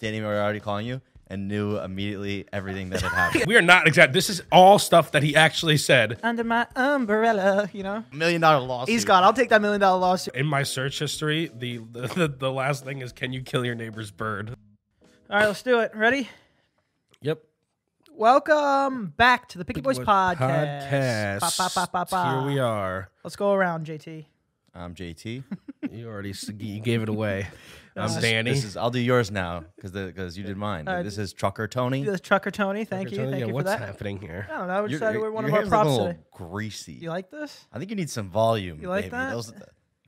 Danny Moriarty calling you and knew immediately everything that had happened. We are not exact. This is all stuff that he actually said Under my umbrella, you know. Million dollar loss. He's gone. I'll take that million dollar lawsuit. in my search history. The the, the, the last thing is, can you kill your neighbor's bird? All right, let's do it. Ready? Yep. Welcome back to the Picky Boys podcast. Ba, ba, ba, ba, ba. Here we are. Let's go around, JT. I'm JT. You already s- you gave it away. I'm This is- Danny. This is. I'll do yours now because because you did mine. All right. this is Trucker Tony. Uh, The trucker Tony. Thank you. Tony, Thank yeah, you for what's that. happening here? I don't know. We Your- decided we're one your of our hair's looking props a today. little greasy. You like this? I think you need some volume. You like baby. that? Those-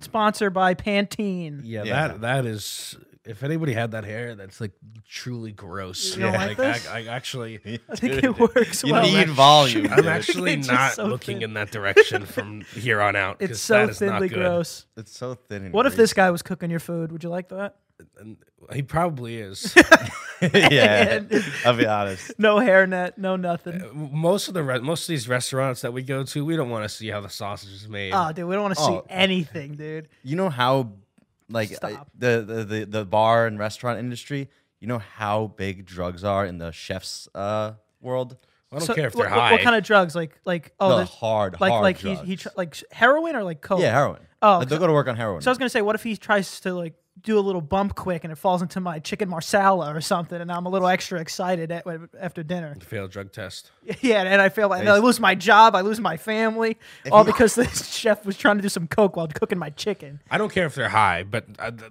Sponsored by Pantene. Yeah, Yeah. that that is. If anybody had that hair, that's like truly gross. You don't like this? I, I actually, I think it works you well. need volume. I'm dude. actually It's just not so looking thin. in that direction from here on out. 'cause It's so that is not thinly good. gross. It's so thin. And What if greasy. this guy was cooking your food? Would you like that? He probably is. yeah, I'll be honest. No hairnet, no nothing. Uh, most of the re- most of these restaurants that we go to, we don't want to see how the sausage is made. Oh, dude, we don't want to Oh. see anything, dude. You know how, like uh, Stop. the, the the the bar and restaurant industry. You know how big drugs are in the chefs' uh, world. I don't So care if they're what, what- high. What kind of drugs? Like, like oh, the there's- hard, like, hard like drugs. he he tr- like sh- heroin or like coke. yeah, heroin. Oh, like, they'll go to work on heroin. So I was gonna say, what if he tries to like do a little bump quick and it falls into my chicken marsala or something, and I'm a little extra excited at, after dinner. failed drug test? Yeah, and I feel like and I lose my job, I lose my family, all he- because this chef was trying to do some coke while cooking my chicken. I don't care if they're high, but uh, the,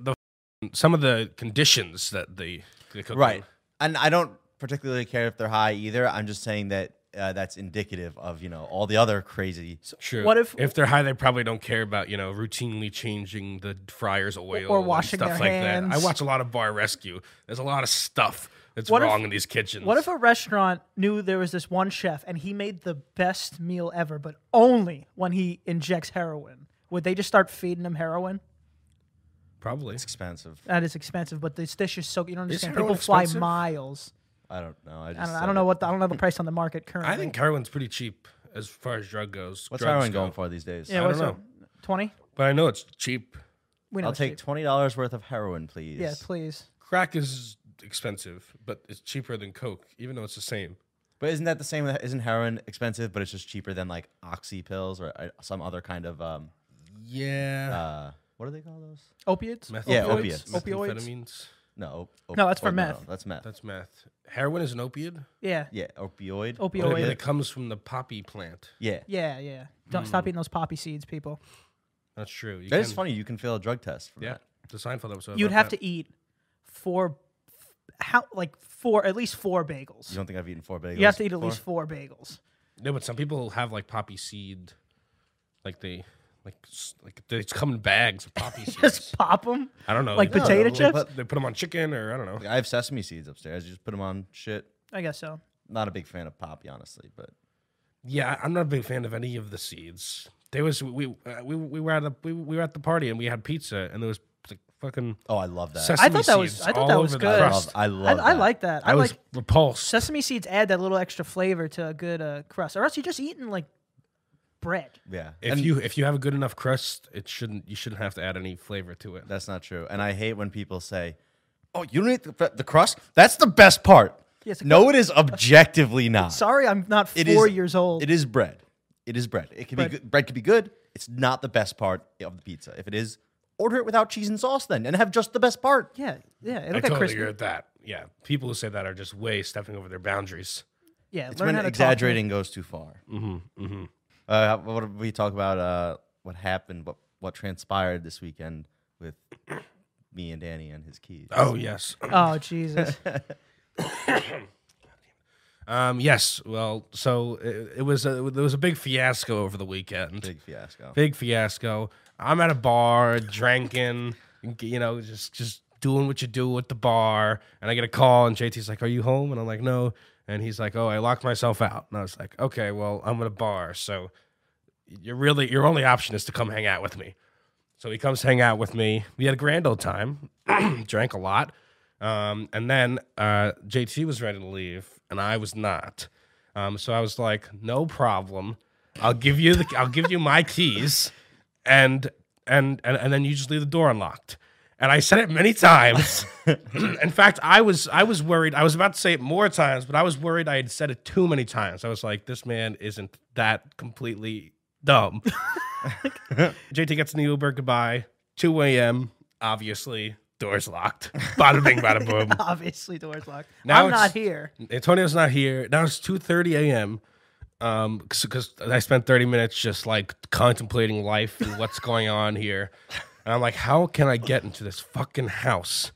the some of the conditions that they, they cook in. right, and I don't particularly care if they're high either. I'm just saying that uh, that's indicative of you know all the other crazy. True. What if- if they're high? They probably don't care about you know routinely changing the fryer's oil Or and washing stuff their like that. I hands. watch a lot of Bar Rescue. There's a lot of stuff that's What if- wrong in these kitchens. What if a restaurant knew there was this one chef and he made the best meal ever, but only when he injects heroin? Would they just start feeding him heroin? probably? It's expensive. That is expensive, but this dish is so you don't understand. heroin People fly expensive? miles. I don't know. I, just I don't, I said don't know it. what the, I don't know the price on the market currently. I think heroin's pretty cheap as far as drug goes. What's drugs heroin go. going for these days? yeah, I what's don't up? Twenty. But I know it's cheap. We know I'll it's take cheap. twenty dollars worth of heroin, please. Yeah, please. Crack is expensive, but it's cheaper than coke, even though it's the same. But isn't that the same? with- Isn't heroin expensive, but it's just cheaper than like oxy pills or uh, some other kind of um Yeah. uh what do they call those? Opiates. meth- yeah, opiates. Opioids? Methamphetamines. No, op- op- No, that's for well, meth. that's meth. That's meth. Heroin is an opiate. Yeah. yeah, opioid. Opioid. But Opioid. it comes from the poppy plant. Yeah, Yeah, yeah. Don't stop eating those poppy seeds, people. That's true. You that is can- funny. You can fail a drug test. From Yeah. that. The Seinfeld episode. You'd about have that. to eat four, how like four at least four bagels. You don't think I've eaten four bagels? You have to eat at before? least four bagels. No, but some people have like poppy seed, like they, like s- like they just come in bags of poppy seeds. Just pop them. I don't know. like they- potato they chips? put- they put them on chicken, or I don't know. Like, I have sesame seeds upstairs. You just put them on shit. I guess so. Not a big fan of poppy, honestly, but Yeah, I'm not a big fan of any of the seeds. There was we uh, we we were at a we, we were at the party and we had pizza and there was like fucking oh, I love that. sesame thought that was- seeds I thought all that was over the good. I crust. love. I I, love. I that. like that. I, I was like repulsed. sesame seeds add that little extra flavor to a good uh, crust, or else you're just eating like bread. Yeah. if and you if you have a good enough crust, it shouldn't you shouldn't have to add any flavor to it. that's not true. And I hate when people say, "Oh, you don't eat the, the crust. That's the best part." Yes, the no, it is objectively not. Sorry, I'm not It four is- years old. It is bread. It is bread. It can Bread. be good. bread can be good. It's not the best part of the pizza. If it is, order it without cheese and sauce then, and have just the best part. yeah, yeah. It'll I get totally crispy. agree with that. Yeah, people who say that are just way stepping over their boundaries. Yeah, It's learn when how to talk to exaggerating goes too far. Mm-hmm. Mm-hmm. Uh, what did we talk about? Uh, what happened? What what transpired this weekend with me and Danny and his keys? Oh yes. me. Oh Jesus! Um, yes. Well, so uh, it, it was a, there was a big fiasco over the weekend. Big, Big fiasco. fiasco. I'm at a bar drinking, you know, just just doing what you do at the bar, and I get a call, and JT's like, "Are you home?" And I'm like, "No." And he's like, "Oh, I locked myself out." And I was like, "Okay, well, I'm at a bar, so you're really your only option is to come hang out with me." So he comes hang out with me. We had a grand old time, drank a lot. Um, and then uh, JT was ready to leave, and I was not. Um, so I was like, "No problem. I'll give you the I'll give you my keys, and and and, and then you just leave the door unlocked." and I said it many times. In fact, I was I was worried. I was about to say it more times, but I was worried I had said it too many times. I was like, this man isn't that completely dumb. JT gets in the Uber. Goodbye. 2 a.m. Obviously, doors locked. Bada bing, bada boom. Obviously, doors locked. Now I'm it's- not here. Antonio's not here. Now it's 2:30 a.m. Um, because I spent 30 minutes just like contemplating life and what's going on here, and I'm like, how can I get into this fucking house?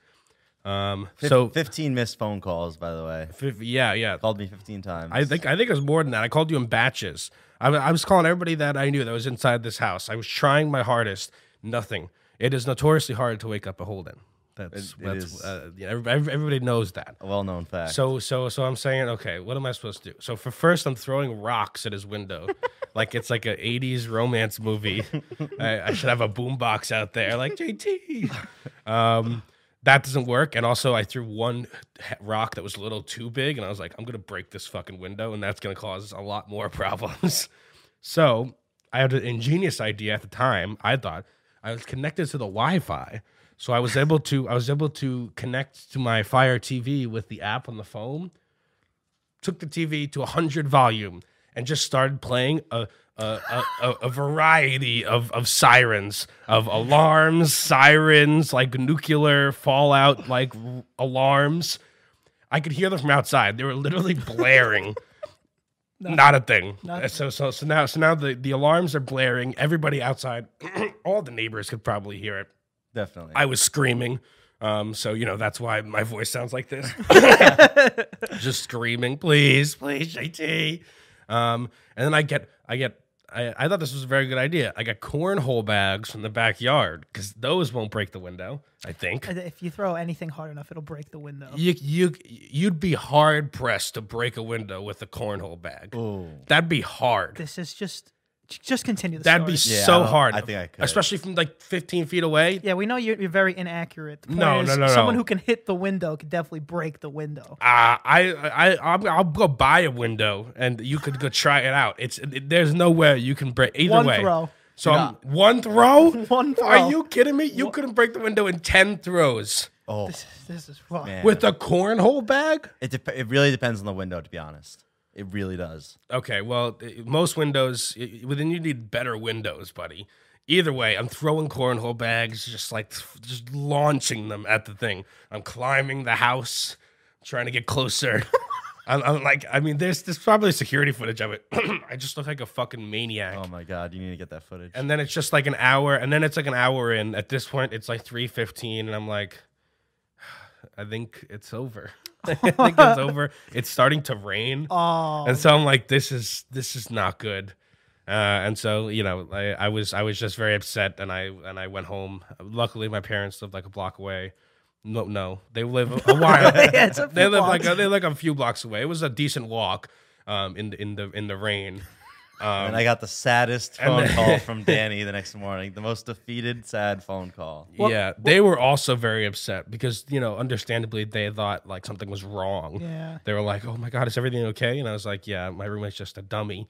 Um, so So 15 missed phone calls, by the way. fif- yeah, yeah. Called me 15 times. I think I think it was more than that. I called you in batches. I, I was calling everybody that I knew that was inside this house. I was trying my hardest. Nothing. It is notoriously hard to wake up a Holden. That's It- it that's is. uh, yeah, everybody, everybody knows that. a well-known fact. So so so I'm saying, okay, what am I supposed to do? So for first, I'm throwing rocks at his window, like it's like an '80s romance movie. I, I should have a boombox out there, like JT. Um, that doesn't work. And also, I threw one he- rock that was a little too big, and I was like, I'm gonna break this fucking window, and that's gonna cause a lot more problems. so I had an ingenious idea at the time. I thought I was connected to the Wi-Fi, so I was able to I was able to connect to my Fire TV with the app on the phone. Took the TV to 100 volume and just started playing a a, a, a, a variety of, of sirens, of alarms, sirens, like nuclear fallout, like r- alarms. I could hear them from outside. They were literally blaring. Not a thing. Uh, Nothing. So so so now so now the, the alarms are blaring. Everybody outside, all the neighbors could probably hear it. Definitely. I was screaming. Um, so you know that's why my voice sounds like this. Just screaming, please, please, JT. Um, and then I get, I get, I, I thought this was a very good idea. I got cornhole bags from the backyard because those won't break the window. I think If you throw anything hard enough, it'll break the window. you you you'd be hard pressed to break a window with a cornhole bag. Ooh. That'd be hard. This is just, j- just continue the That'd be story. Yeah, I so don't- hard. I think I could. especially from like 15 feet away. yeah, we know you're, you're very inaccurate. The point No, is, no, no, Someone no. who can hit the window could definitely break the window. Uh, I, I, I'll, I'll go buy a window and you could go try it out. It's it, there's no way you can break either One way. throw. So I'm- one throw. One throw. Are you kidding me? You couldn't break the window in ten throws oh, This, is- this is rough. man. with a cornhole bag. it, dep it really depends on the window, to be honest. It really does. Okay, well, i- most windows. i- Well, then you need better windows, buddy. Either way, I'm throwing cornhole bags, just like just launching them at the thing. I'm climbing the house, trying to get closer. I'm, I'm like, I mean, there's there's probably security footage of it. I just look like a fucking maniac. Oh my god, you need to get that footage. and then it's just like an hour, and then it's like an hour in. At this point, it's like three fifteen, and I'm like, I think it's over. I think it's over. It's starting to rain. Oh, And so I'm like, this is this is not good. Uh, and so you know, I, I was I was just very upset, and I and I went home. Luckily, my parents lived like a block away. No, no, they live a while. Yeah, it's a they few live blocks. like a, they live like a few blocks away. It was a decent walk, um, in the in the in the rain. And I got the saddest and phone then- call from Danny the next morning. The most defeated, sad phone call. yeah, they were also very upset because you know, understandably, they thought like something was wrong. Yeah. they were like, "Oh my god, is everything okay?" And I was like, "Yeah, my roommate's just a dummy,"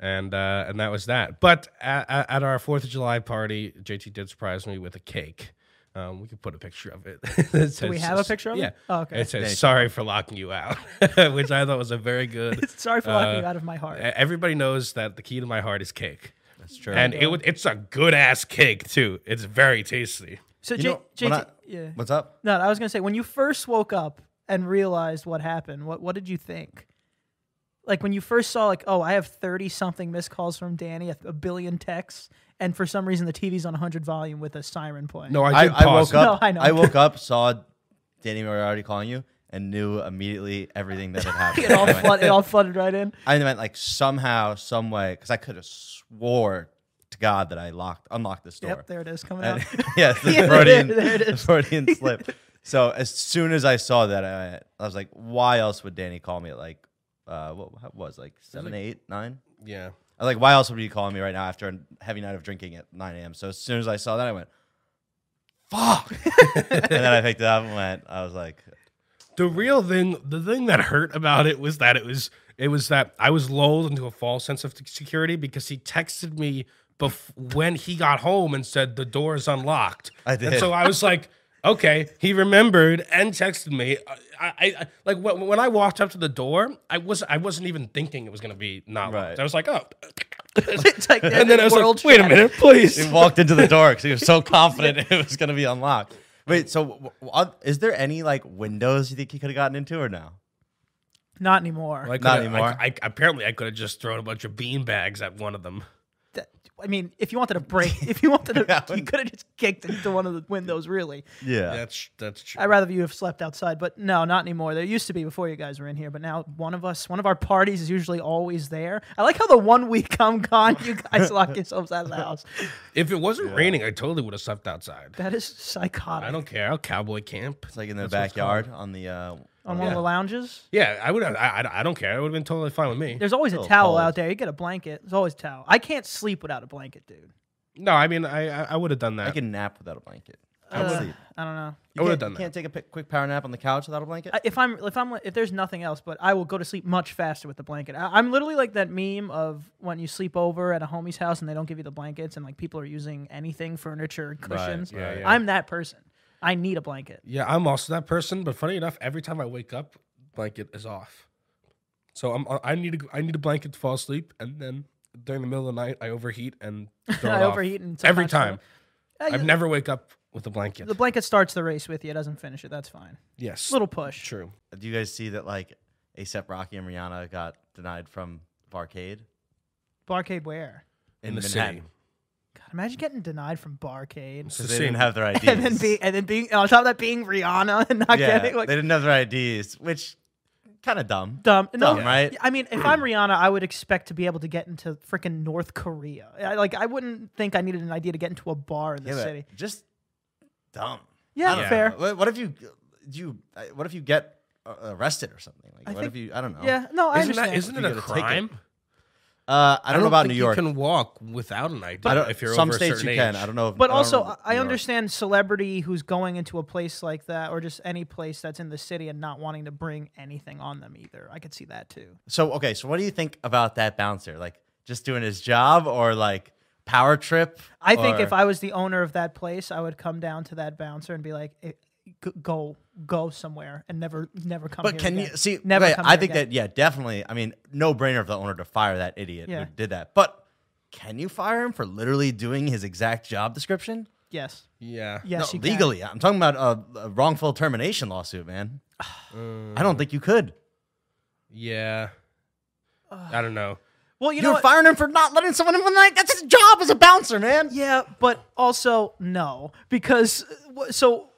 and uh, and that was that. But at, at our Fourth of July party, JT did surprise me with a cake. Um, we could put a picture of it. It Do we says- have a picture of it? yeah. Oh, okay. It says, you. "Sorry for locking you out," which I thought was a very good. Sorry for locking you uh, out of my heart. Everybody knows that the key to my heart is cake, That's true. and it, would- it's a good ass cake too. It's very tasty. so, you J- know, JT, when I- yeah. what's up? No, I was gonna say when you first woke up and realized what happened. What what did you think? Like when you first saw, like, oh, I have thirty something missed calls from Danny, a, a billion texts, and for some reason the TV's on hundred volume with a siren playing. No, I I, did I pause woke it. up. No, I know. I woke up, saw Danny Moriarty calling you, and knew immediately everything that had happened. it all I went- flood, it all flooded right in. I meant like somehow, some way, because I could have swore to God that I locked, unlocked this door. Yep, there it is coming out. And- yeah, the Yeah, there- Freudian, there it the is. Freudian slip. So as soon as I saw that, I, I was like, why else would Danny call me at like, uh, what, what was it, like seven, eight, nine? Yeah. I was like, why else would he call me right now after a heavy night of drinking at 9 a.m.? So as soon as I saw that, I went, fuck. and then I picked it up and went, I was like, The real thing, the thing that hurt about it was that it was it was that I was lulled into a false sense of security because he texted me bef- when he got home and said the door is unlocked. I And did. so I was like, okay, he remembered and texted me. I, I, I like when, when I walked up to the door, I was I wasn't even thinking it was gonna be not locked. Right. I was like, oh. it's like And then I was world like, wait a shattering. minute, please. He walked into the door because he was so confident it was going to be unlocked. Wait, so w- w- are- is there any like windows you think he could have gotten into or no? Not anymore. Like Not anymore. I, apparently, I could have just thrown a bunch of bean bags at one of them. That- I mean, if you wanted to break, if you wanted to, Yeah, you could have just kicked into one of the windows. Really, Yeah. That's that's true. I'd rather you have slept outside. But no, not anymore. There used to be before you guys were in here, but now one of us, one of our parties, is usually always there. I like how the one week I'm gone, you guys lock yourselves out of the house. If it wasn't raining, I totally would have slept outside. That is psychotic. I don't care. I'll cowboy camp. It's like in the That's what it's backyard on the. Uh, On one of the lounges. Yeah, I would. I, I, I don't care. It would have been totally fine with me. There's always a Little towel cold. out there. You get a blanket. There's always a towel. I can't sleep without a blanket, dude. No, I mean, I I, I would have done that. I can nap without a blanket. I I'll would- sleep. I don't know. You would've can't- done you that. Can't take a pi- quick power nap on the couch without a blanket. I- If I'm if I'm if there's nothing else, but I will go to sleep much faster with the blanket. I, I'm literally like that meme of when you sleep over at a homie's house and they don't give you the blankets and like people are using anything, furniture, cushions. yeah, yeah. I'm that person. I need a blanket. yeah, I'm also that person. But funny enough, every time I wake up, blanket is off. So I'm uh, I need a, I need a blanket to fall asleep, and then during the middle of the night, I overheat and throw I it off. overheat and every time. sometimes throw- Uh, I've you- never wake up with a blanket. the blanket starts the race with you. It doesn't finish it. That's fine. yes, Little push. true. Do you guys see that like ASAP Rocky and Rihanna got denied from Barcade Barcade where? In, the Manhattan? city, God, imagine getting denied from Barcade. It's the Because they didn't same. have their IDs. and then be and then being on top of that being Rihanna and not yeah, getting like they didn't have their IDs, which kind of dumb. dumb. No, Dumb, right? I mean, if I'm Rihanna, I would expect to be able to get into freaking North Korea. I, like, I wouldn't think I needed an idea to get into a bar in Yeah, this but city. Just dumb. Yeah, I don't fair. know. What, what if you do? You, uh, what if you get uh, arrested or something? Like, I what think- if you? I don't know. Yeah, no, I Isn't understand. that isn't You it a get a ticket. crime? Uh, I don't, know about think New York. You can walk without an ID. I don't, if you're some over a states certain you age. can. I don't know. If, but I don't know also, I, New I York. understand celebrity who's going into a place like that, or just any place that's in the city, and not wanting to bring anything on them either. I could see that too. So okay, so what do you think about that bouncer? Like, just doing his job or like power trip? I think or- if I was the owner of that place, I would come down to that bouncer and be like, "Eh, g- "Go, go somewhere, and never, never come." But here can you again." see? Never wait, come I here think again. that yeah, definitely. I mean, no brainer of the owner to fire that idiot Yeah. who did that. But can you fire him for literally doing his exact job description? Yes, Yeah. yes, no, you can. legally. I'm talking about a, a wrongful termination lawsuit, man. I don't think you could. Yeah. I don't know. Well, you You know, are what? firing him for not letting someone in one night. That's his job as a bouncer, man. Yeah, but also no, because uh, wh- so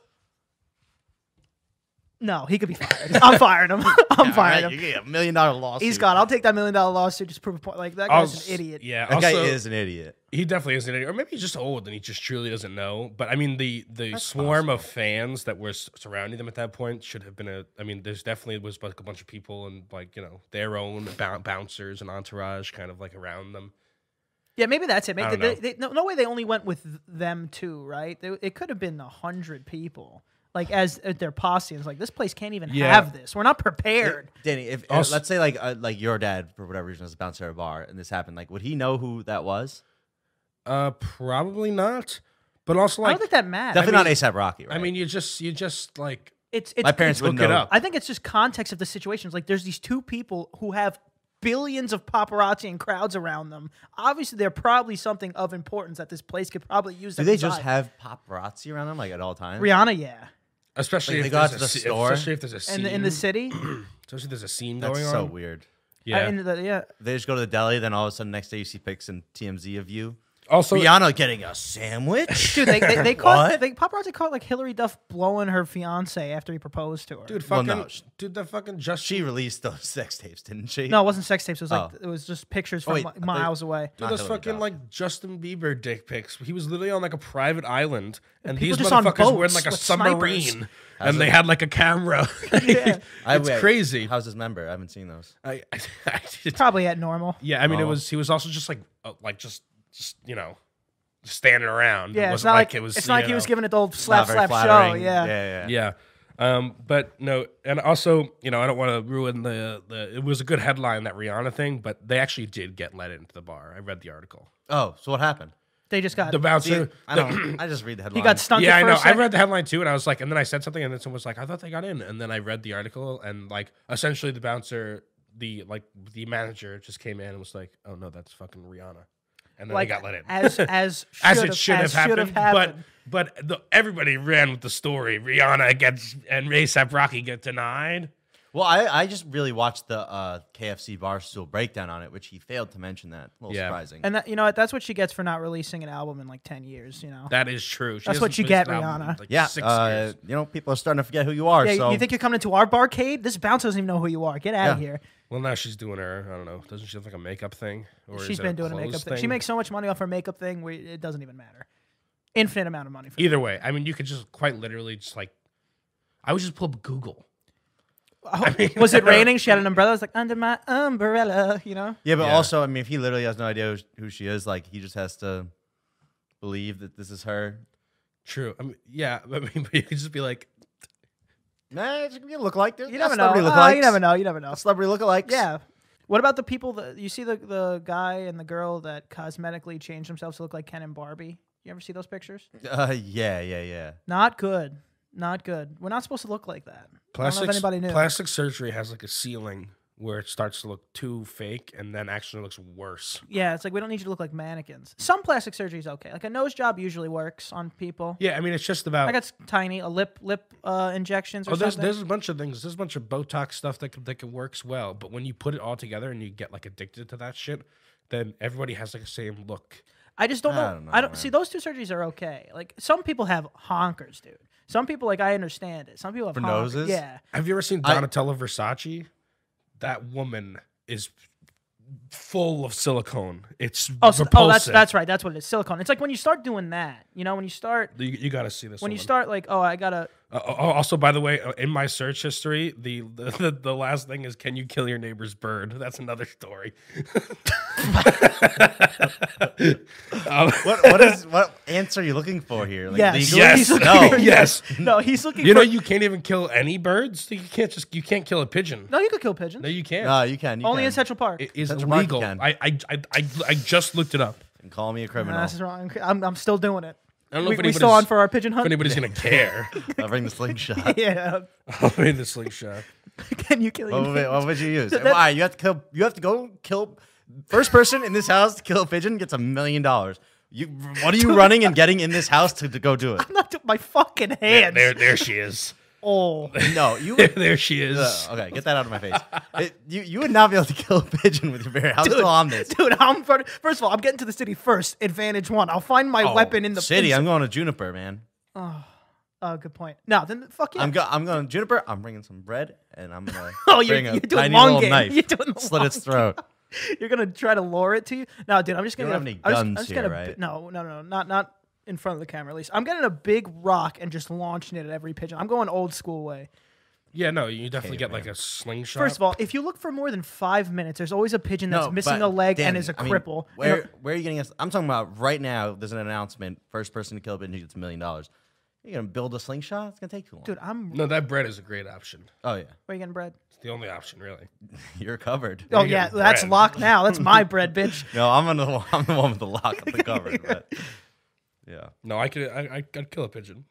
no, he could be fired. I'm firing him. I'm Alright, firing him. you get a million dollar lawsuit. He's gone. I'll take that million dollar lawsuit just to prove a point. Like that I'll guy's s- an idiot. Yeah. That guy also, is an idiot. He definitely is an idiot, or maybe he's just old and he just truly doesn't know. But I mean, the the swarm of fans that were s- surrounding them at that point should have been a. I mean, there's definitely was like a bunch of people and like you know their own bou- bouncers and entourage kind of like around them. Yeah, maybe that's it. Maybe I don't they- know. they- no, no way they only went with th- them two, right? They, it could have been a hundred people. Like as uh, their posse, it's like this place can't even Yeah. have this. We're not prepared. Danny, if uh, Also- let's say like uh, like your dad for whatever reason was a bouncer at a bar and this happened, like would he know who that was? Uh, probably not. But also I like don't think that matters. Definitely mean- not ASAP Rocky. Right? I mean, you just you just like it's it's my parents it's- wouldn't look it know. up. I think it's just context of the situations. Like there's these two people who have billions of paparazzi and crowds around them. Obviously, they're probably something of importance that this place could probably use. Do them they as just I- have paparazzi around them like at all times? Rihanna? Yeah, especially Like, if they go out there's to a the se- store? especially if there's a scene, in the, in the city. especially if there's a scene That's going so on. weird. Yeah. Uh, in the- yeah. They just go to the deli, then all of a sudden next day you see pics and TMZ of you. also, Rihanna getting a sandwich. Dude, they, they, they caught What? they, paparazzi caught like Hillary Duff blowing her fiance after he proposed to her. dude, Well, fucking, no, sh- dude, that fucking just she released those sex tapes, didn't she? no, it wasn't sex tapes. It was like Oh. it was just pictures from wait, like, I thought- miles away. Dude, Not those Hillary fucking Duff. like Justin Bieber dick pics. He was literally on like a private island, and people these just on motherfuckers were in boats like a with submarine, snipers. and they had like a camera. Yeah. I- it's wait, crazy. How's this member? I haven't seen those. I, I, I did- Probably at normal. yeah, I mean, it Oh. was. He was also just like, uh, like just, just you know, just standing around. Yeah, it it's wasn't not like, like, it was. it's you not like he know. was giving it the old Not slap very slap show. flattering. Yeah. yeah, yeah. Yeah, Um, but no, and also, you know, I don't want to ruin the, the. It was a good headline that Rihanna thing, but they actually did get let into the bar. I read the article. Oh, so what happened? They just got The See, bouncer. I the- don't. I just read the headline. he got stunk. yeah, I at know. first I sight. read the headline too, and I was like, and then I said something, and then someone was like, I thought they got in, and then I read the article, and like essentially the bouncer, the like the manager just came in and was like, oh no, that's fucking Rihanna, and then like they got let in. as as as should've- it should have as should've happened, happened. but but the, everybody ran with the story. Rihanna gets and ASAP Rocky get denied. Well, I, I just really watched the uh, KFC barstool breakdown on it, which he failed to mention that. A little Yeah. surprising. and that you know what? That's what she gets for not releasing an album in like ten years. You know. That is true. She That's what hasn't you get, released an album in, Rihanna. like, yeah, six uh, years. you know, people are starting to forget who you are. yeah, so you think you're coming into our barcade? This bouncer doesn't even know who you are. Get out of Yeah. here. Well, now she's doing her. I don't know. Doesn't she have like a makeup thing? Or She's is it been doing a clothes makeup thing. She makes so much money off her makeup thing. We, it doesn't even matter. Infinite amount of money. For Either way, I mean, you could just quite literally just like, I would just pull up Google. Oh, was it raining? She had an umbrella. I was like under my umbrella. You know. yeah, but Yeah. also, I mean, if he literally has no idea who sh- who she is, like he just has to believe that this is her. True. I mean, yeah. I mean, but you could just be like, Nah, it's gonna look like You never know. Celebrity Oh, lookalikes. you never know. You never know. Celebrity lookalikes. Yeah. What about the people that you see the the guy and the girl that cosmetically changed themselves to look like Ken and Barbie? You ever see those pictures? Uh, yeah, yeah, yeah. Not good. Not good. We're not supposed to look like that. I don't know plastic. if anybody knew. Plastic surgery has like a ceiling where it starts to look too fake, and then actually looks worse. yeah, it's like we don't need you to look like mannequins. Some plastic surgery is okay. Like a nose job usually works on people. Yeah, I mean, it's just about. Like it's tiny, a lip lip uh, injections or Oh, there's something. there's a bunch of things. There's a bunch of Botox stuff that c- that can works well, but when you put it all together and you get like addicted to that shit, then everybody has like the same look. I just don't know. I I don't, don't know, man. see those two surgeries are okay. Like some people have honkers, dude. Some people like I understand it. Some people have For honkers. noses? Yeah. Have you ever seen I- Donatella Versace? That woman is full of silicone. It's Oh, so, oh, that's repulsive. that's right. That's what it is. Silicone. It's like when you start doing that. You know, when you start You, you got to see this. when you woman. start like, oh, I gotta. Uh, oh, oh, also, by the way, uh, in my search history, the, the the the last thing is, can you kill your neighbor's bird? That's another story. Um, What what is what answer are you looking for here? Like Yes. legally? Yes. No. yes. No, he's looking. You for, know you can't even kill any birds. You can't just you can't kill a pigeon. no, you could kill pigeons. No, you can't. No, you can. You Only can. in Central Park. it is That's Mark illegal. again. I, I I I I just looked it up. And call me a Nah, criminal. this is wrong. I'm, I'm still doing it. I don't know We, if we anybody's, still on for our pigeon if hunt. anybody's gonna care. I'll bring the slingshot. yeah. I'll be the slingshot. Can you kill? What your would, what would you use? That- Why you have to kill? You have to go kill. First person in this house to kill a pigeon gets a million dollars. You what are you running and getting in this house to, to go do it? Not to my fucking There, hands. there, there she is. Oh, No, you. There, Would, there she is. uh, okay, get that out of my face. It, you you would not be able to kill a pigeon with your bare. How still on this? dude, I'm fir- first of all, I'm getting to the city first. Advantage one. I'll find my Oh, weapon in the city. in- I'm going to Juniper, man. Oh, good point. No, then fuck yeah. I'm go, I'm going to Juniper. I'm bringing some bread and I'm gonna Oh, you're- bring a you're doing tiny long little game. knife. You're doing the slit its long throat. You're gonna try to lure it to you. No, dude, I'm just You gonna. don't get have a- any I'm guns just, I'm just gonna. here, bi- right? No, no, no, not not in front of the camera. At least I'm getting a big rock and just launching it at every pigeon. I'm going old school way. Yeah, no, you definitely Okay, get like a slingshot. First of all, if you look for more than five minutes, there's always a pigeon that's No, missing but a leg and Danny, is a I mean, cripple. And where where are you getting us? I'm talking about right now. There's an announcement: first person to kill a pigeon gets a million dollars. You're gonna build a slingshot? It's gonna take too long. a- dude, I'm. no, that bread is a great option. Oh yeah, Where you getting bread? It's the only option, really. you're covered. Oh you yeah, getting that's bread? locked now. That's my bread, bitch. No, I'm on the I'm the one with the lock on the cupboard. But yeah, No, I could, I, I could kill a pigeon.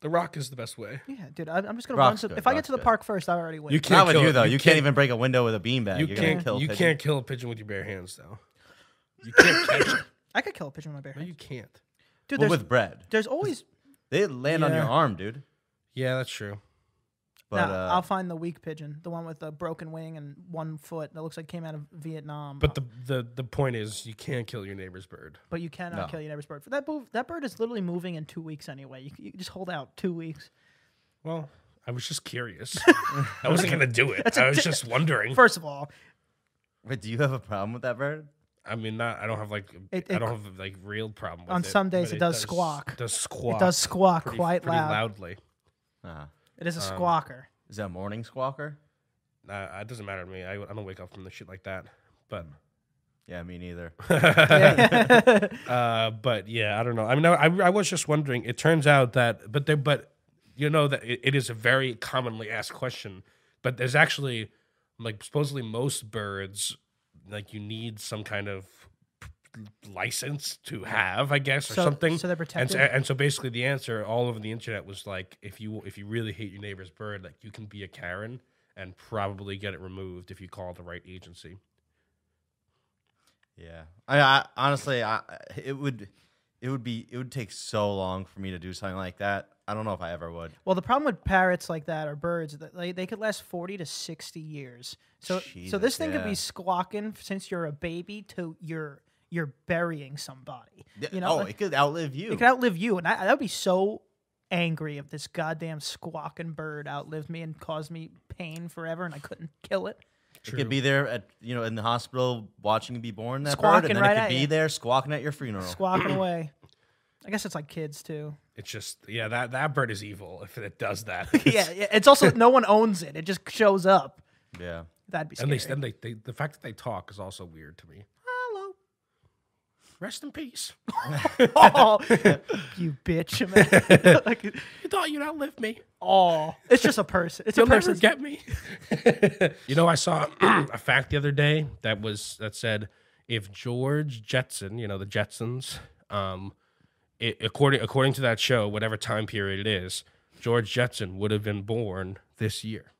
The rock is the best way. Yeah, dude, I- I'm just gonna Rock's run to. good, if I get rock's to the good. park first, I already win. You can't not with kill you it. though. You, can't, even break a window with a beanbag. You are can't gonna kill. a You pigeon. can't kill a pigeon with your bare hands, though. You can't catch it. I could kill a pigeon with my bare No, hands. you can't. Dude, Well, there's, with bread. there's always. They land on your Yeah. arm, dude. Yeah, that's true. But Nah, uh, I'll find the weak pigeon, the one with the broken wing and one foot that looks like came out of Vietnam. But the the the point is, you can't kill your neighbor's bird. But you cannot No. kill your neighbor's bird. For that move, that bird is literally moving in two weeks anyway. You, you can just hold out two weeks. Well, I was just curious. I wasn't gonna do it. a I was di- just wondering. First of all, wait, do you have a problem with that bird? I mean, not. I don't have like. It- I it- don't have like real problem with on it. some days but it does squawk. Does squawk? it does squawk pretty- quite pretty loud. loudly. Uh, It is a squawker. is that a morning squawker? Uh, it doesn't matter to me. I, I don't wake up from the shit like that. But Yeah, me neither. Yeah. Uh, but yeah, I don't know. I mean, I, I was just wondering. It turns out that, but there, but you know that it, it is a very commonly asked question, but there's actually like supposedly most birds like you need some kind of license to have, I guess, or So- something. so they're And so, protected? and so basically, the answer all over the internet was like, if you if you really hate your neighbor's bird, like you can be a Karen and probably get it removed if you call the right agency. Yeah. I, I honestly, I it would, it would be, it would take so long for me to do something like that. I don't know if I ever would. Well, the problem with parrots like that or birds, that they, they could last 40 to 60 years. So so Jesus, this thing could yeah. be squawking since you're a baby to you're you're burying somebody. You know, oh, like, it could outlive you. it could outlive you and I, I would be so angry if this goddamn squawking bird outlived me and caused me pain forever and I couldn't kill it. It could be there at you know in the hospital watching you be born that bird, Squawking and then right it at could be you. there squawking at your Oh. funeral. Squawking away. I guess it's like kids too. It's just yeah, that that bird is evil if it does that. yeah, yeah, it's also no one owns it. It just shows up. yeah. That'd be and scary. they and they, they the fact that they talk is also weird to me. Hello. Rest in peace. Oh, you bitch. man. like, You thought you'd outlive me. oh, it's just a person. It's a You'll never person. get me. you know, I saw a fact the other day that was that said if George Jetson, you know the Jetsons, um, it, according according to that show, whatever time period it is, George Jetson would have been born this year.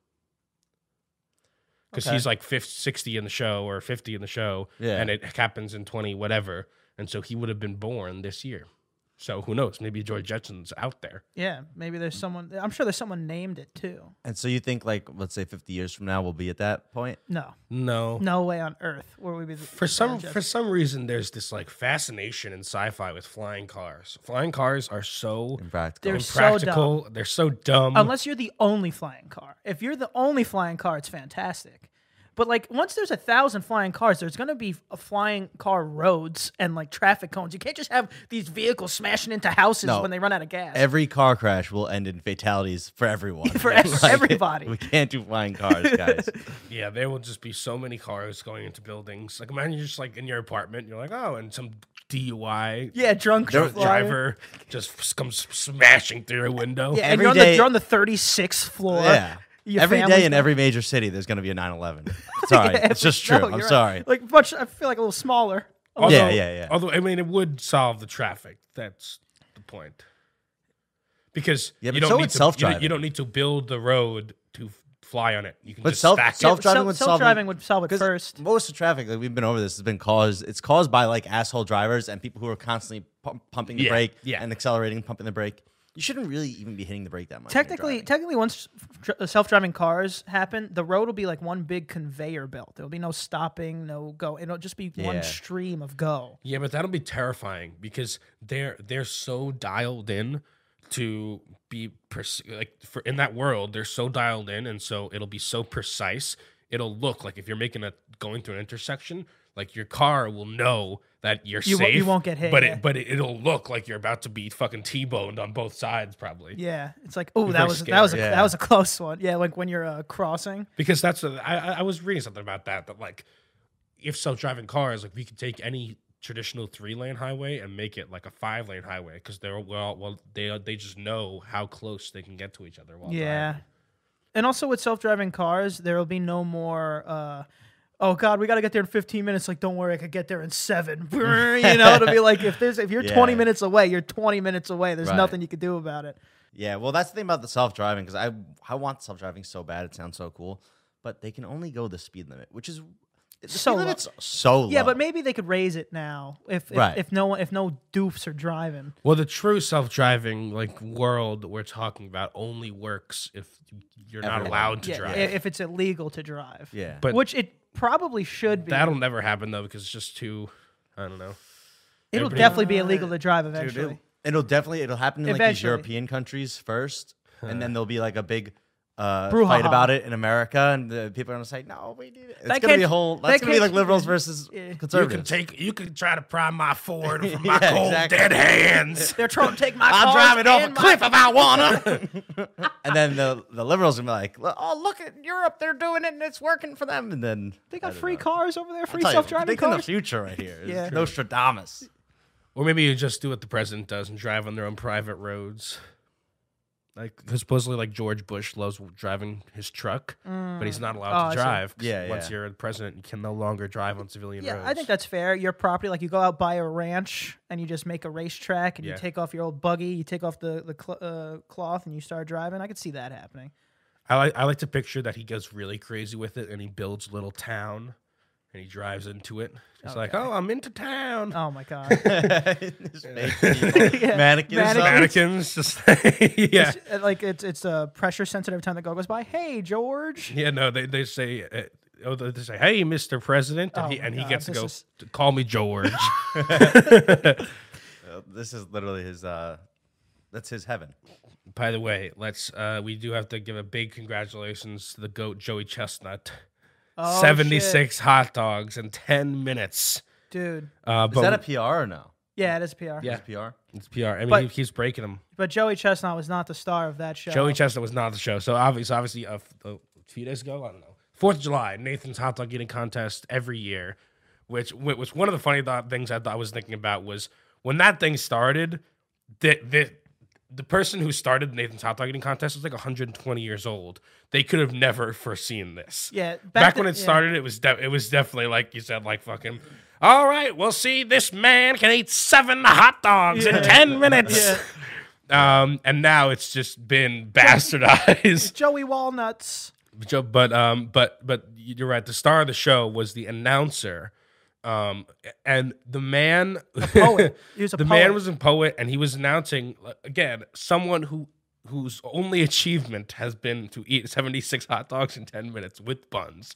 Because Okay. he's like 50, 60 in the show or 50 in the show, Yeah. and it happens in 20, whatever. And so he would have been born this year. So who knows? Maybe George Jetson's out there. Yeah, maybe there's someone. I'm sure there's someone named it too. And so you think like let's say 50 years from now we'll be at that point? No, No. no way on earth where we be. for some for some reason there's this like fascination in sci-fi with flying cars. Flying cars are so Impractical. They're so impractical. They're so dumb. unless you're the only flying car. If you're the only flying car, it's fantastic. But like once there's a thousand flying cars, there's gonna be a flying car roads and like traffic cones. You can't just have these vehicles smashing into houses No. when they run out of gas. Every car crash will end in fatalities for everyone. For ev- everybody. We can't do flying cars, guys. yeah, there will just be so many cars going into buildings. Like imagine you're just like in your apartment, you're like, oh, and some DUI yeah, drunk There- flyer. driver just s- comes smashing through a window. Yeah, and Every you're on, the, day- you're on the 36th floor. yeah. Your every family's day in gonna- every major city, there's going to be a 9/11. Sorry, Yeah, it's just no, true. I'm you're right. sorry. Like much, I feel like a little smaller. Oh, Yeah, yeah, yeah. Although I mean, it would solve the traffic. That's the point. Because Yeah, you but don't so need it's to, you don't- You self-driving. don't need to build the road to f- fly on it. You can But just self- stack it. self- Self-driving self- would solve it. self-driving would solve it Because first. most of the traffic that we've been over this has been caused. It's caused by like asshole drivers and people who are constantly pump, pumping the Yeah, brake yeah. and accelerating, pumping the brake. You shouldn't really even be hitting the brake that much. when you're Technically, driving. technically, once dr- uh, self-driving cars happen, the road will be like one big conveyor belt. There will be no stopping, no go. It'll just be Yeah. one stream of go. Yeah, but that'll be terrifying because they're they're so dialed in to be pers- like for in that world they're so dialed in, and so it'll be so precise. It'll look like if you're making a going through an intersection, like your car will know that you're You won't- safe. you won't get hit, but yeah. it but it, it'll look like you're about to be fucking t-boned on both sides, probably. Yeah, it's like oh, that very was scary. that was a, Yeah. that was a close one. Yeah, like when you're uh, crossing. Because that's what I I- I was reading something about that that like if self-driving cars like we could take any traditional three-lane highway and make it like a five-lane highway because they're well well they they just know how close they can get to each other. While Yeah. driving. And also with self-driving cars, there will be no more. Uh, oh God, we got to get there in 15 minutes. Like, don't worry, I could get there in seven. you know, to be like, if there's if you're 20 Yeah. minutes away, you're 20 minutes away. There's Right. nothing you can do about it. yeah. Well, that's the thing about the self driving because I I want self driving so bad. It sounds so cool, but they can only go the speed limit, which is the So speed low. limit's so low. Yeah, but maybe they could raise it now if if, Right. if no one if no dupes are driving. Well, the true self-driving like world that we're talking about only works if you're not Everyone. allowed to Yeah, drive. i- if it's illegal to drive. yeah. But- which it probably should be. That'll never happen though because it's just too I don't know. It'll everybody- definitely be illegal to drive Dude, eventually. it'll, it'll definitely it'll happen in like these Eventually. European countries first, and then there'll be like a big uh, Brouhaha. fight about it in America, and the people are gonna say, "No, we need it." It's That gonna be a can't- whole. that That's gonna be can't- like liberals versus Yeah. You can You can conservatives. take you can try to pry my Ford from my Yeah, cold exactly. dead hands. They're trying to take my. I'll cars drive it off a and my- cliff if I wanna. and then the the liberals are gonna be like, "Well, "Oh, look at Europe! They're doing it, and it's working for them." And then They I got don't free know. cars over there, I'll free tell you, self-driving think in the cars. future right here. It's Yeah. Nostradamus. Or maybe you just do what the president does and drive on their own private roads. Like, because supposedly, like George Bush loves driving his truck, but he's not Oh, allowed I see. to drive. 'cause Yeah, Once yeah. you're the president, you can no longer drive on civilian Yeah, roads. I think that's fair. Your property, like you go out buy a ranch and you just make a racetrack and you Yeah. take off your old buggy, you take off the the cl- uh, cloth and you start driving. I could see that happening. I like I like to picture that he goes really crazy with it and he builds a little town and he drives into it. It's like, Okay. oh, I'm into town. Oh my god! Just make people- Yeah. Mannequins. Mannequins. up. Mannequins, just yeah, It's, uh, like it's it's uh, pressure sensitive time that go goes by. Hey George, yeah. No, they they say. Uh, Oh, they they say, "Hey, Mr. President," and, Oh he, my and he God, gets to this go. is- Call me George. Uh, This is literally his. uh That's his heaven. By the way, let's. Uh, we do have to give a big congratulations to the goat Joey Chestnut. Oh, shit. Seventy-six hot dogs in ten minutes. dude. Uh, Is but that a PR or no? Yeah, it is PR. Yeah. Is it PR. it's PR. I mean, But- he keeps breaking them. But Joey Chestnut was not the star of that show. Joey Chestnut was not at the show. So obviously, obviously, uh, f- a few days ago, I don't know, Fourth of July, Nathan's hot dog eating contest every year, which wh- was one of the funny thought things I, thought I was thinking about was when that thing started. The the the person who started Nathan's hot dog eating contest was like 120 years old. They could have never foreseen this. Yeah, back back, when the- it yeah. started, it was de- it was definitely like you said, like fucking. All right, we'll see. This man can eat seven hot dogs in ten minutes. Yeah. Um, and now it's just been bastardized. Joey Walnuts. Jo- but um, but but you're right. The star of the show was the announcer, um, and the man, poet. He was a the man poet. was a poet, and he was announcing like, again someone who whose only achievement has been to eat 76 hot dogs in 10 minutes with buns.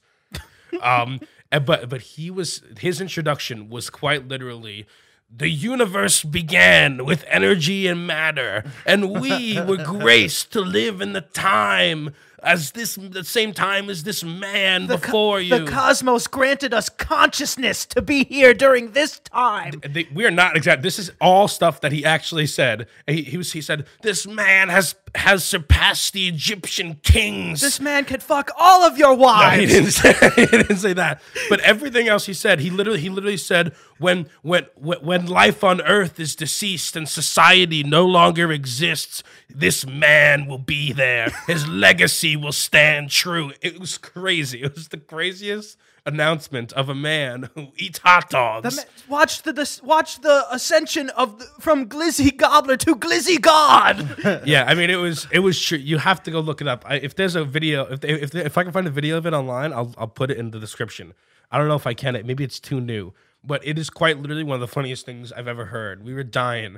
um, and- but but he was his introduction was quite literally. The universe began with energy and matter, and we were graced to live in the time as this the same time as this man The co- before you. The cosmos granted us consciousness to be here during this time. they, we are not exact. This is all stuff that he actually said. He, he was he said this man has has surpassed the Egyptian kings. This man could fuck all of your No, he wives. didn't say he didn't say that. But everything else he said, he literally he literally said when when when when life on earth is deceased and society no longer exists, this man will be there. His legacy will stand true. It was crazy. It was the craziest announcement of a man who eats hot dogs. Ma- Watch the, dis watch the ascension of the, from Glizzy Gobbler to Glizzy God. yeah, I mean, it was it was true. You have to go look it up. I, if there's a video, if they, if, they, if I can find a video of it online, I'll I'll put it in the description. I don't know if I can. It maybe it's too new, but it is quite literally one of the funniest things I've ever heard. We were dying.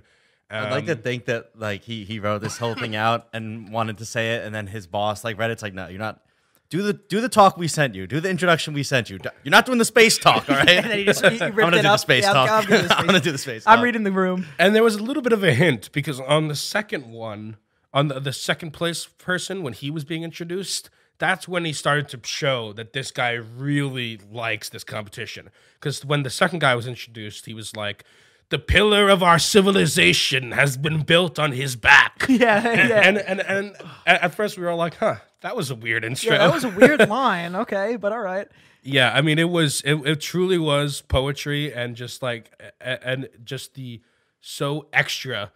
Um, I'd like to think that like he he wrote this whole thing out and wanted to say it, and then his boss like read it, it's like, no, you're not. Do the do the talk we sent you. Do the introduction we sent you. Do- You're not doing the space talk, all right? then he just- he- he I'm ripped gonna it do the up. space Yeah, I'm- talk. I'm gonna do the I'm gonna space- do the space. I'm talk. reading the room. and there was a little bit of a hint because on the second one, on the, the second place person when he was being introduced, that's when he started to show that this guy really likes this competition. Because when the second guy was introduced, he was like, "The pillar of our civilization has been built on his back." Yeah, And, yeah. and and and at at first we were all like, "Huh, that was a weird intro." Yeah, that was a weird line. Okay, but all right. Yeah, I mean, it was it, it truly was poetry and just like a- a- and just the so extra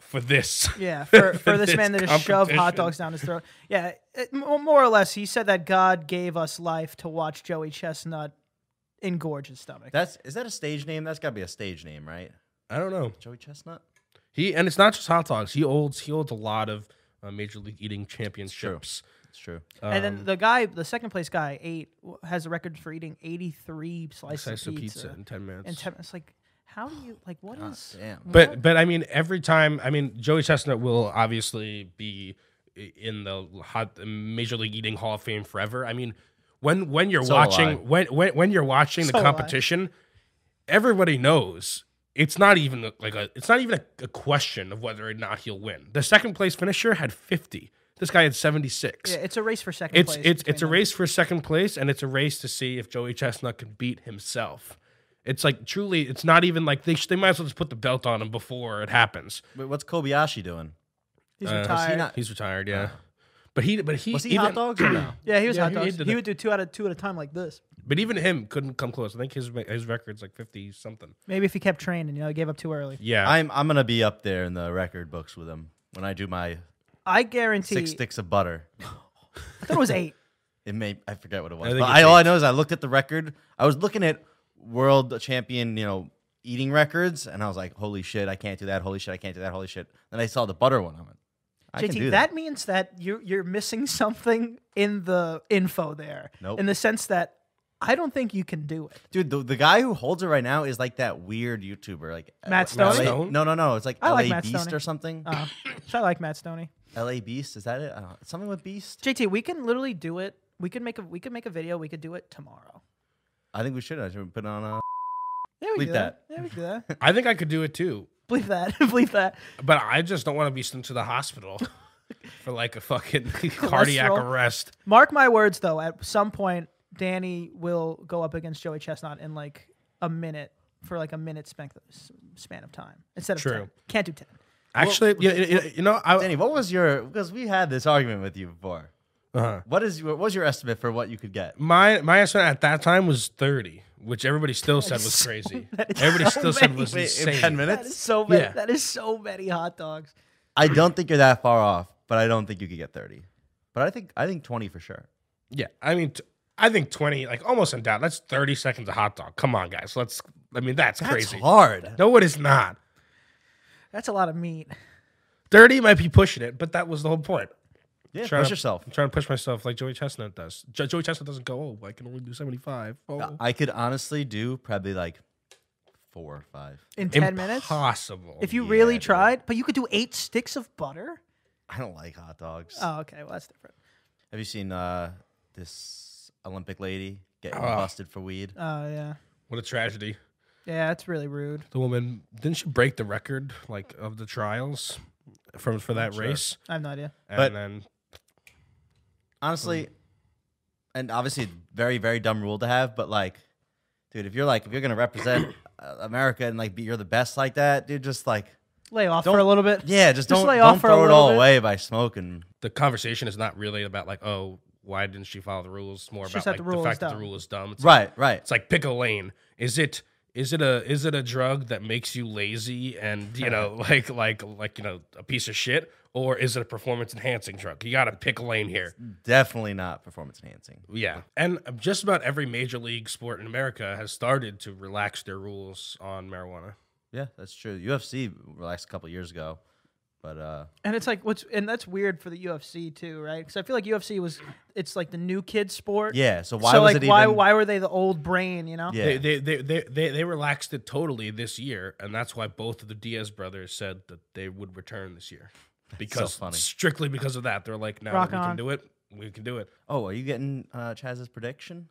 for this. Yeah, for, for this this man that just shoved hot competition. dogs down his throat. Yeah, it, m- more or less, he said that God gave us life to watch Joey Chestnut engorge his stomach. That's is that a stage name? That's gotta be a stage name, right? I don't know. Joey Chestnut. He and it's not just hot dogs. He holds he holds a lot of uh, major league eating championships. It's true. and um, then the guy, the second place guy, ate has a record for eating eighty three slices Slice of of pizza, pizza in ten minutes. and ten, it's like, how do you like what is? Damn. Mm-hmm. But but I mean, every time I mean, Joey Chestnut will obviously be i- in the hot Major League Eating Hall of Fame forever. I mean, when when you're So will I. watching when, when when you're watching So the will I. competition, everybody knows it's not even like a it's not even a, a question of whether or not he'll win. The second place finisher had fifty. This guy had seventy six. Yeah, it's a race for second It's place. it's it's a between race for second place, and it's a race to see if Joey Chestnut can beat himself. It's like truly, it's not even like they sh- they might as well just put the belt on him before it happens. Wait, what's Kobayashi doing? them. He's uh, is he retired. not- He's retired, yeah. But he but he, Was he even, hot dogs or no? yeah, he was Yeah, hot he dogs. did He it. would do two out of two at a time like this. but even him couldn't come close. I think his his record's like fifty something. Maybe if he kept training, you know, he gave up too early. Yeah, I'm I'm gonna be up there in the record books with him when I do my I guarantee. six sticks of butter. I thought it was eight. It may I forget what it I was. think but it's I, all I know is I looked at the record. I was looking at world champion, you know, eating records, and I was like, "Holy shit, I can't do that! Holy shit, I can't do that! Holy shit!" Then I saw the butter one. I'm like, I can JT, do that. that. means that you're you're missing something in the info there. Nope. In the sense that I don't think you can do it. dude. The, the guy who holds it right now is like that weird YouTuber, like Matt LA Stoney. Stone? No, no, no. It's like I LA like Matt Beast Stoney. or something. Uh, so I like Matt Stoney. LA Beast is that it? I don't know. Something with Beast. JT, we can literally do it. We could make a we could make a video. We could do it tomorrow. I think we should. I should put on uh, a. Yeah, we Bleep can do that. Yeah, we can do that. I think I could do it too, Believe that. Believe that. but I just don't want to be sent to the hospital for like a fucking cardiac Cholesterol. arrest. Mark my words, though. At some point, Danny will go up against Joey Chestnut in like a minute for like a minute span span of time instead of True. ten. Can't do ten. Actually, yeah, you, you, you know, I, Danny, what was your? Because we had this argument with you before. Uh-huh. What is your? What was your estimate for what you could get? my my estimate at that time was thirty, which everybody still said was crazy. Everybody still said was Wait, insane. in ten That minutes. is so many. Yeah. That is so many hot dogs. I don't think you're that far off, but I don't think you could get 30. But I think I think 20 for sure. Yeah, I mean, t- I think twenty, like almost in doubt. That's thirty seconds of hot dog. Come on, guys. Let's. I mean, that's, That's crazy. hard. No, it is not. That's a lot of meat. Thirty might be pushing it, but that was the whole point. Yeah, Try push to- yourself. I'm trying to push myself like Joey Chestnut does. Jo- Joey Chestnut doesn't go. Oh, I can only do seventy five. Oh. I could honestly do probably like four or five. In ten minutes, Impossible. if you really Yeah, dude. tried, but you could do eight sticks of butter. I don't like hot dogs. Oh, okay. Well, that's different. Have you seen uh, this Olympic lady getting Ah. busted for weed? Oh yeah, what a tragedy. yeah. That's really rude. The woman didn't she break the record like of the trials from for that Sure. race, I have no idea. and But- then Honestly, and obviously very very dumb rule to have, but like dude, if you're like if you're going to represent uh, America and like be you're the best like that, dude, just like Lay off Don't- for a little bit. yeah, just, Just don't lay don't off for a throw it little all bit. away by smoking. the conversation is not really about like oh why didn't she follow the rules? It's More It's about just like that the, the rule fact is that the dumb. rule is dumb. It's Right, right. It's like pick a lane. Is it is it a is it a drug that makes you lazy and you know like like like you know a piece of shit, or is it a performance enhancing drug? You got to pick a lane here. Definitely not performance enhancing. Yeah, and just about every major league sport in America has started to relax their rules on marijuana. Yeah, that's true. UFC relaxed a couple years ago, but uh, And it's like what's and that's weird for the UFC too, right? Because I feel like UFC was it's like the new kid sport. yeah. So why so was like it why even? why were they the old brain? You know. Yeah, They, they, they, they, they, they relaxed it totally this year, and that's why both of the Diaz brothers said that they would return this year. Because funny. strictly because of that, they're like, now Rock we can on. do it. We can do it. oh, are you getting uh, Chaz's prediction?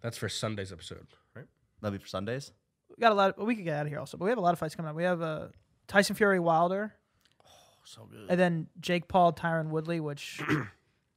That's for Sunday's episode, right? That'll be for Sundays. We got a lot. we could get out of here also, but we have a lot of fights coming up. We have uh, Tyson Fury Wilder, Oh, So good. and then Jake Paul Tyron Woodley, which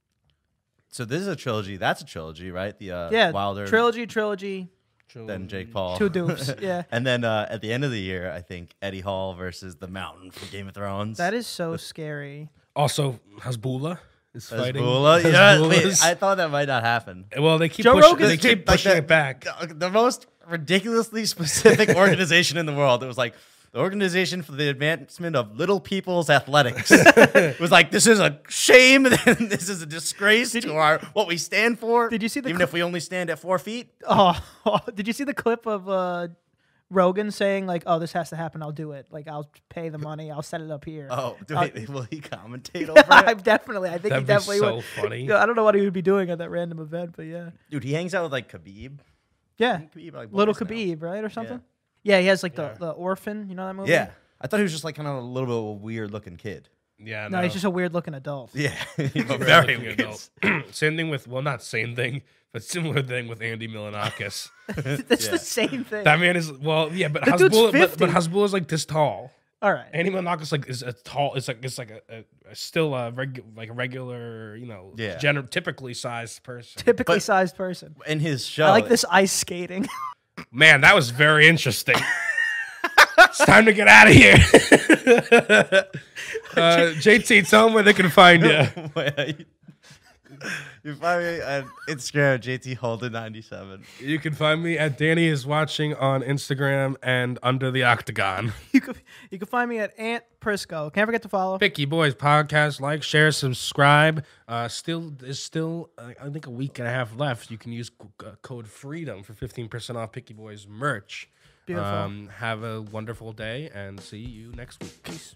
So this is a trilogy. That's a trilogy, right? The uh, yeah, Wilder, Oh. trilogy, trilogy, then Jake Paul, two doofs. yeah, and then uh, at the end of the year, I think Eddie Hall versus the Mountain from Game of Thrones. that is so scary. Also, Hasbullah is fighting. Hezbollah? Yeah, Hezbollah's- wait, I thought that might not happen. well, they keep Joe pushing, Rogan- they keep Like pushing that- it back. the- the most ridiculously specific organization in the world. It was like the Organization for the Advancement of Little People's Athletics. it was like this is a shame. and this is a disgrace to our what we stand for. Did you see the even cl- if we only stand at four feet? Oh, did you see the clip of uh, Rogan saying like, "Oh, this has to happen. I'll do it. Like, I'll pay the money. I'll set it up here." Oh, do I'll- we- will he commentate over Uh, I it? definitely. I think That'd he be definitely so would. funny. Yeah, I don't know what he would be doing at that random event, but yeah, Dude, he hangs out with like Khabib. yeah, Khabib like Little boys now. Khabib, right, or something. Yeah, he has like the, the orphan. You know that movie? Yeah, I thought he was just like kind of a little bit of a weird looking kid. Yeah, No, he's just a weird looking adult. Yeah, very weird. adult. same thing with well, not same thing, but similar thing with Andy Milanakis. That's the same thing. that man is well, yeah, but dude's Hasbullah, but, 50. but Hasbullah's like this tall. All right. Andy Milanakis like is a tall. It's like it's like a, a, a still a reg, like a regular, you know, Yeah. gener- typically sized person. Typically but- sized person. In his show, I like this ice skating. Man, that was very interesting. it's time to get out of here. uh, JT, tell them where they can find you. Wait. You find me on Instagram, JT Holden 97. You can find me at Danny is watching on Instagram and under the octagon. You can you can find me at Aunt Prisco. Can't forget to follow. Picky Boys podcast. Like, share, subscribe. Uh, still, there's still uh, I think a week and a half left. You can use c- uh, code Freedom for fifteen percent off Picky Boys merch. Beautiful. Um, have a wonderful day and see you next week. Peace.